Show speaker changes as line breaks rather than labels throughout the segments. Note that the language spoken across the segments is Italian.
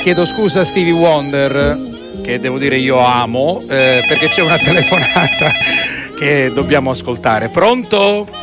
Chiedo scusa a Stevie Wonder, che devo dire io amo, eh, perché c'è una telefonata che dobbiamo ascoltare. Pronto?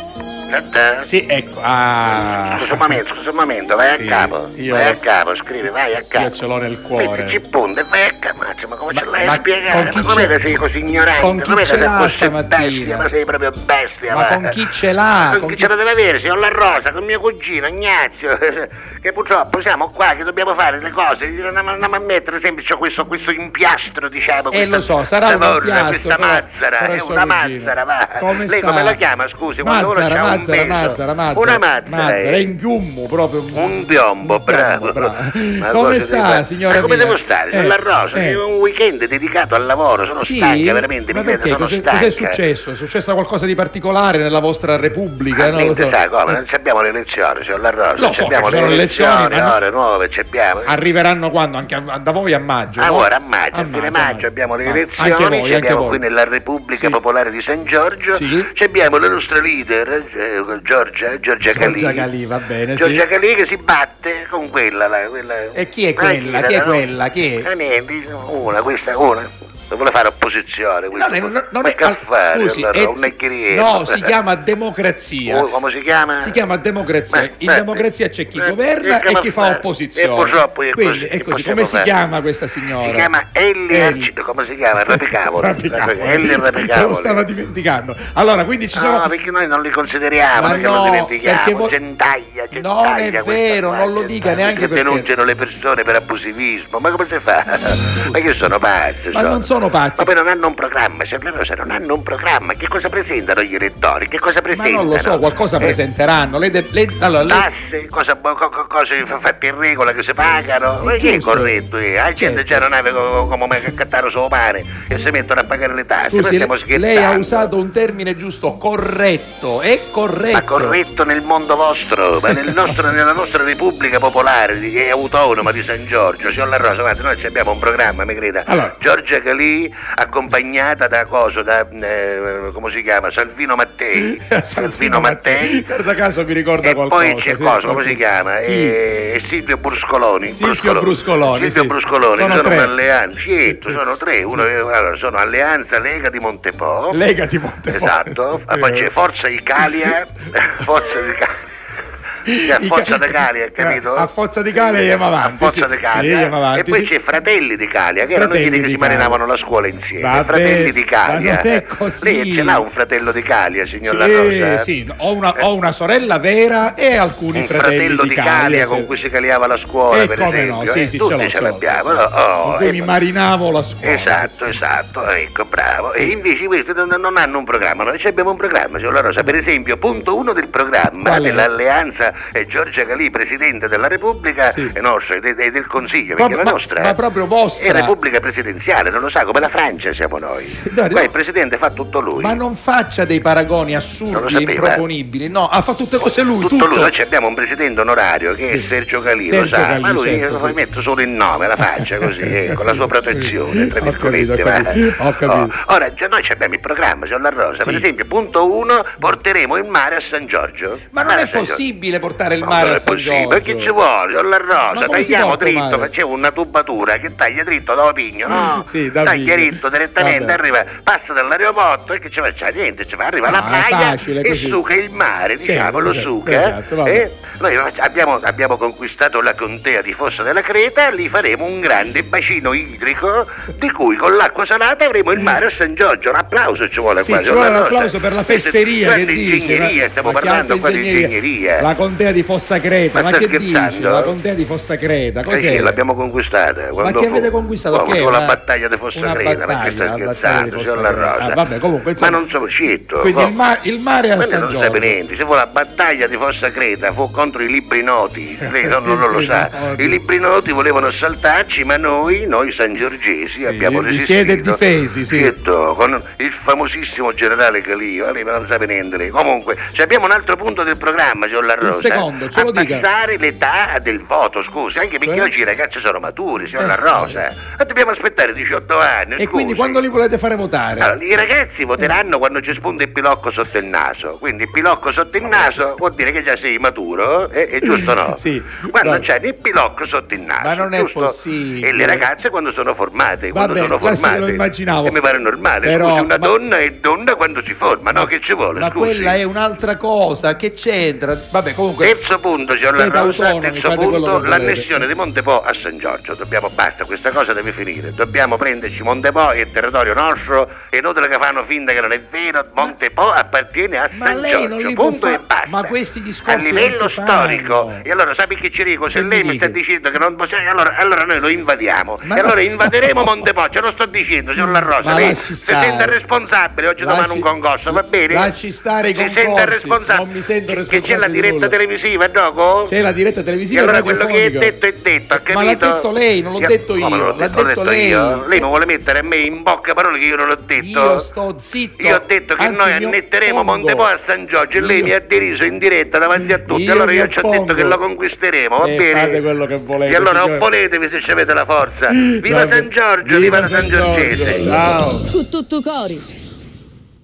Sì, ecco. Ah.
Eh, Scusa un momento, scusa un momento, vai
Sì,
a capo,
io-
vai a capo, scrivi, vai a
Io
capo.
ce l'ho nel
Metti
cuore.
Ciponde, vai a capo, mazza, ma come
Ma-
ce l'hai
ma
a spiegare?
con chi
Ma come
ce-
te sei così
con chi
ignorante? Come
ce
te sei
l'ha
fosse
stamattina?
bestia, ma sei proprio bestia,
Ma
va.
con chi ce l'ha?
Ma
Con
Con chi
chi-
ce la deve avere? Se ho la rosa, con mio cugino Ignazio, che purtroppo siamo qua, che dobbiamo fare le cose, andiamo, andiamo a mettere sempre c'ho questo, questo impiastro, diciamo.
Eh,
questa-
lo so, sarà un
questa morra,
impiastro,
Questa
però-
mazzara,
però
è
il suo
una
cugino.
mazzara, va.
Come
Lei
sta?
come la chiama, scusi? Quando uno
Mazzara,
c'ha un
mazzara,
peso.
mazzara, mazzara.
Una mazzara,
Mazzara,
eh.
è in ghiummo proprio.
Un piombo,
Un piombo,
bravo.
bravo.
Ma
Come
cosa devi
sta,
fare?
signora
Ma come
mia?
devo stare?
Eh,
Sono la rosa,
eh.
è un weekend dedicato al lavoro, sono
Sì?
stanca, veramente,
Ma
mi creda,
perché?
sono
Cos'è,
stanca.
cos'è successo? È successo qualcosa di particolare nella vostra Repubblica?
Ah,
non lo
niente,
so.
sai come? Non abbiamo le lezioni, c'è la rosa,
Lo so
abbiamo
che sono le lezioni, ma- Ah,
ore nuove, ci abbiamo.
Arriveranno quando? Anche a- da voi a maggio? no?
Allora, a maggio, a fine maggio abbiamo le
Ah,
elezioni,
Anche voi,
ci
anche
abbiamo qui
voi.
nella Repubblica
Sì.
Popolare di San Giorgio,
Sì.
ci abbiamo la nostra leader, eh, Giorgia, Giorgia Calì.
Giorgia Calì, va bene, sì.
Giorgia Calì che si batte con quella, là, quella-
E chi è
Ma
quella?
era,
Chi è
no?
quella? Chi è?
Ah, niente, una, questa, una. Non vuole fare opposizione,
No,
questa.
no, no, non
Ma
è
che fare,
scusi,
allora,
è-
un necchiriello.
No, si chiama democrazia.
Oh, come si chiama?
Si chiama democrazia.
Beh,
In
beh,
democrazia c'è chi
eh,
governa
che
e chi fa
fare?
opposizione.
E purtroppo è
Quindi,
così,
è
che
così.
possiamo
Come si
fare?
chiama questa signora?
Si chiama Ellie
Ellie.
Arcicavoli. Come si chiama? Rapicavoli.
Rapicavoli.
Ellie Ah,
Se lo
Rapicavoli.
stava dimenticando. Allora, quindi ci sono
No, perché noi non li consideriamo,
Ma
perché
no,
lo dimentichiamo.
perché voi-
Gentaglia, gentaglia.
Non è
questa
vero,
qua,
non lo dica
gentaglia,
neanche
che
per
denunciano le persone per abusivismo. Ma come si fa? Ma che sono pazzi?
Ma non sono pazzi.
Ma poi non hanno un programma, se loro se non hanno un programma, che cosa presentano gli elettori? Che cosa
Ma
presentano?
non lo so, qualcosa
Eh, Ah,
presenteranno. Lei de- lei- allora, lei-
tasse, cosa, bo- co- co- cose fa- fatte in regola che si pagano,
È
ma che è
giusto.
corretto? eh? La gente
Certo.
già non ha co- come me cattaro solo pane e si mettono a pagare le tasse. ma
scusi,
stiamo
lei, lei ha
scherzando.
usato un termine giusto, corretto. È corretto.
Ma corretto nel mondo vostro, ma nel nostro- nella nostra Repubblica Popolare di- e Autonoma di San Giorgio, signor La Rosa, guarda, noi ci abbiamo un programma, mi creda.
Allora.
Giorgia Calì accompagnata da coso, da eh, come si chiama? Salvino Mattei.
Salvino Mattei. Guarda caso mi ricorda
E
qualcosa.
poi c'è
sì,
cosa, come
qualcosa.
si chiama?
Chi?
Eh, Silvio Bruscoloni.
Silvio Bruscoloni,
Silvio
sì.
Bruscoloni,
Sono
sono,
tre.
un'alleanza. Sì,
Sì.
sono tre. Uno, eh, allora, sono Alleanza Lega di Montepo.
Lega di Montepo.
Esatto, Ah,
Eh.
poi c'è Forza Italia, Forza Italia. Cioè, a
I
Forza
ca- eh,
di Calia, hai capito? Eh,
A Forza di Calia e andiamo avanti,
A Forza
sì.
di Calia.
Sì, andiamo avanti,
e poi
sì.
c'è Fratelli di Calia, che erano
Fratelli
quelli che
di
si
Calia.
marinavano la scuola insieme.
Vabbè,
Fratelli di Calia.
ma non è così.
Lei ce l'ha un fratello di Calia, signor La
Sì,
Rosa? eh.
sì, ho una, ho una sorella vera e alcuni
un
fratelli
fratello di Calia, con cui si caliava la scuola,
E
per
come
esempio.
no, sì,
eh,
sì, ce
tutti
l'ho,
ce,
ce l'ho,
l'abbiamo.
sì, sì.
no?
Con
Oh,
cui
eh,
mi marinavo la scuola.
Esatto, esatto, ecco, bravo. E invece questi non, non hanno un programma, noi ci abbiamo un programma, signor La Rosa. Per esempio, punto uno del programma
Qual è?
dell'alleanza eh, Giorgia Calì, Presidente della Repubblica
Sì.
e nostra, de- de- del Consiglio,
Proprio-
perché la
ma-
nostra
ma proprio vostra.
è Repubblica Presidenziale, non lo sa, come la Francia siamo noi.
dai,
Qua
no.
il Presidente fa tutto lui.
Ma non faccia dei paragoni
Non lo
assurdi e
sapeva.
improponibili. No, ha fatto tutte cose lui, tutto.
tutto lui, noi ci abbiamo un presidente onorario che
Sì.
è Sergio Calì, lo
Sergio
sa,
Calì,
ma lui
certo,
lo
sì.
metto solo il nome, la faccia così, eh, con la sua protezione, tra
Ho capito,
virgolette.
ho capito,
va.
ho capito.
Oh, ora, già noi ci abbiamo il programma, signor La Rosa, per
Sì.
esempio, punto uno, porteremo il mare a San Giorgio.
Ma non
Mare a
è
San Giorgio.
possibile portare il
No,
mare
Eh, non
a
è
San
possibile,
Giorgio.
perché ci vuole, signor La Rosa,
Ma come si
tagliamo
porta il
dritto,
mare?
c'è una tubatura che taglia dritto da Opigno, no?
Mm, Sì, da
taglia
Opigno.
dritto direttamente,
Vabbè.
arriva, passa dall'aeroporto e che ci fa? C'ha niente, ci fa, arriva
No,
alla
è
playa
facile,
e
così.
suca il mare,
Certo,
diciamo, lo
certo,
suca.
esatto, vabbè.
eh? Noi abbiamo, abbiamo conquistato la contea di Fossa della Creta, lì faremo un grande bacino idrico di cui con l'acqua salata avremo il mare a San Giorgio. Un applauso ci vuole
Sì,
qua.
ci vuole un
Giorgio.
applauso per la fesseria che
Guarda,
dice.
ingegneria,
ma-
stiamo
ma che
parlando
altra
qua di ingegneria.
La contea di Fossa Creta, ma,
Ma
che
stai
dice?
scherzando?
La contea di Fossa Creta,
Eh sì,
cos'è?
l'abbiamo conquistata. Quando
che
fu-
avete conquistato?
Quando
Che
fu la
una-
battaglia di Fossa
una
Creta, ma che
battaglia,
sta
la battaglia di
scherzando, signor
Fossa
La
Creta.
Rosa.
Ah, vabbè, comunque, insomma-
Ma non sono uscito.
Quindi
boh.
il, ma- il mare a
Ma lei
San
non sa
Giorgio.
niente, se fu la battaglia di Fossa Creta fu contro i libri noti, lei non, non lo sa.
Libri noti.
I libri noti volevano assaltarci, ma noi, noi sangiorgesi,
Sì,
abbiamo
vi
resistito.
siete difesi, sì.
Certo, con il famosissimo generale Calio, ma lei non sa niente lei. Comunque, se abbiamo un altro punto del programma, signor La Rosa. scusa,
secondo, ce lo dica.
abbassare l'età del voto, scusa, anche perché
Cioè?
oggi i ragazzi sono maturi, siamo
Eh.
alla rosa. Ma dobbiamo aspettare 18 anni.
E quindi
scusi. Ah,
quando li volete fare votare?
Allora, I ragazzi voteranno quando ci spunta il pilocco sotto il naso, quindi il pilocco sotto il naso vuol dire che già sei maturo, eh, è giusto o no?
Sì.
Quando
Va-
c'è il pilocco sotto il naso.
Ma non è
giusto?
possibile.
E le ragazze quando sono formate, quando
Vabbè,
sono
questo
formate.
lo immaginavo.
E mi pare normale,
Però-
scusi, una
ma-
donna è donna quando si forma, no? Che ci vuole,
Ma
scusi.
quella è un'altra cosa, che c'entra? Vabbè, comunque.
Terzo punto, signor La
Siete
Rosa,
autonomi,
terzo
fate quello che
punto,
volete.
l'annessione di Montepo a San Giorgio. Dobbiamo, basta, questa cosa deve finire. Dobbiamo prenderci Montepo, è territorio nostro, è inutile che fanno finta che non è vero, Montepo appartiene a
ma
San
lei non
Giorgio,
li può
punto
fa-
e basta.
ma questi discorsi
A livello
non si fanno.
storico, e allora sai che ci dico, se
Che mi
lei mi sta
dite?
dicendo che non possiamo, allora, allora noi lo invadiamo,
Ma
e
no.
allora invaderemo Montepo, ce lo sto dicendo, signor La Rosa,
Ma
lei
lasci
si
stare.
sente responsabile, oggi domani
Lasci-
un concorso, va bene?
lasci stare i
Si sente
concorsi,
responsabile,
non mi sento
Che- che c'è
responsabile
la
di
diretta
nulla.
televisiva, dopo?
Se è la diretta televisiva
E allora
e
quello che è
radiofonica.
detto è detto, ha capito?
Ma l'ha detto lei, non l'ho
Sì,
detto
come
io,
non l'ho
l'ha
detto, l'ho
detto
detto
lei.
io. Lei non vuole mettere a me in bocca parole che io non ho detto.
Io sto zitto.
Io ho detto che
Anzi,
noi
mi
annetteremo
oppongo.
Montepo a San Giorgio e lei
Io-
mi ha deriso in diretta davanti a tutti.
Io
allora
mi
io ci ho detto
oppongo.
che la conquisteremo, va
Eh,
bene?
fate quello che volete,
E allora
signore.
opponetevi se ci avete la forza. Viva
Vabbè.
San Giorgio, viva, la San Giorgese.
Ciao.
Tutto cori.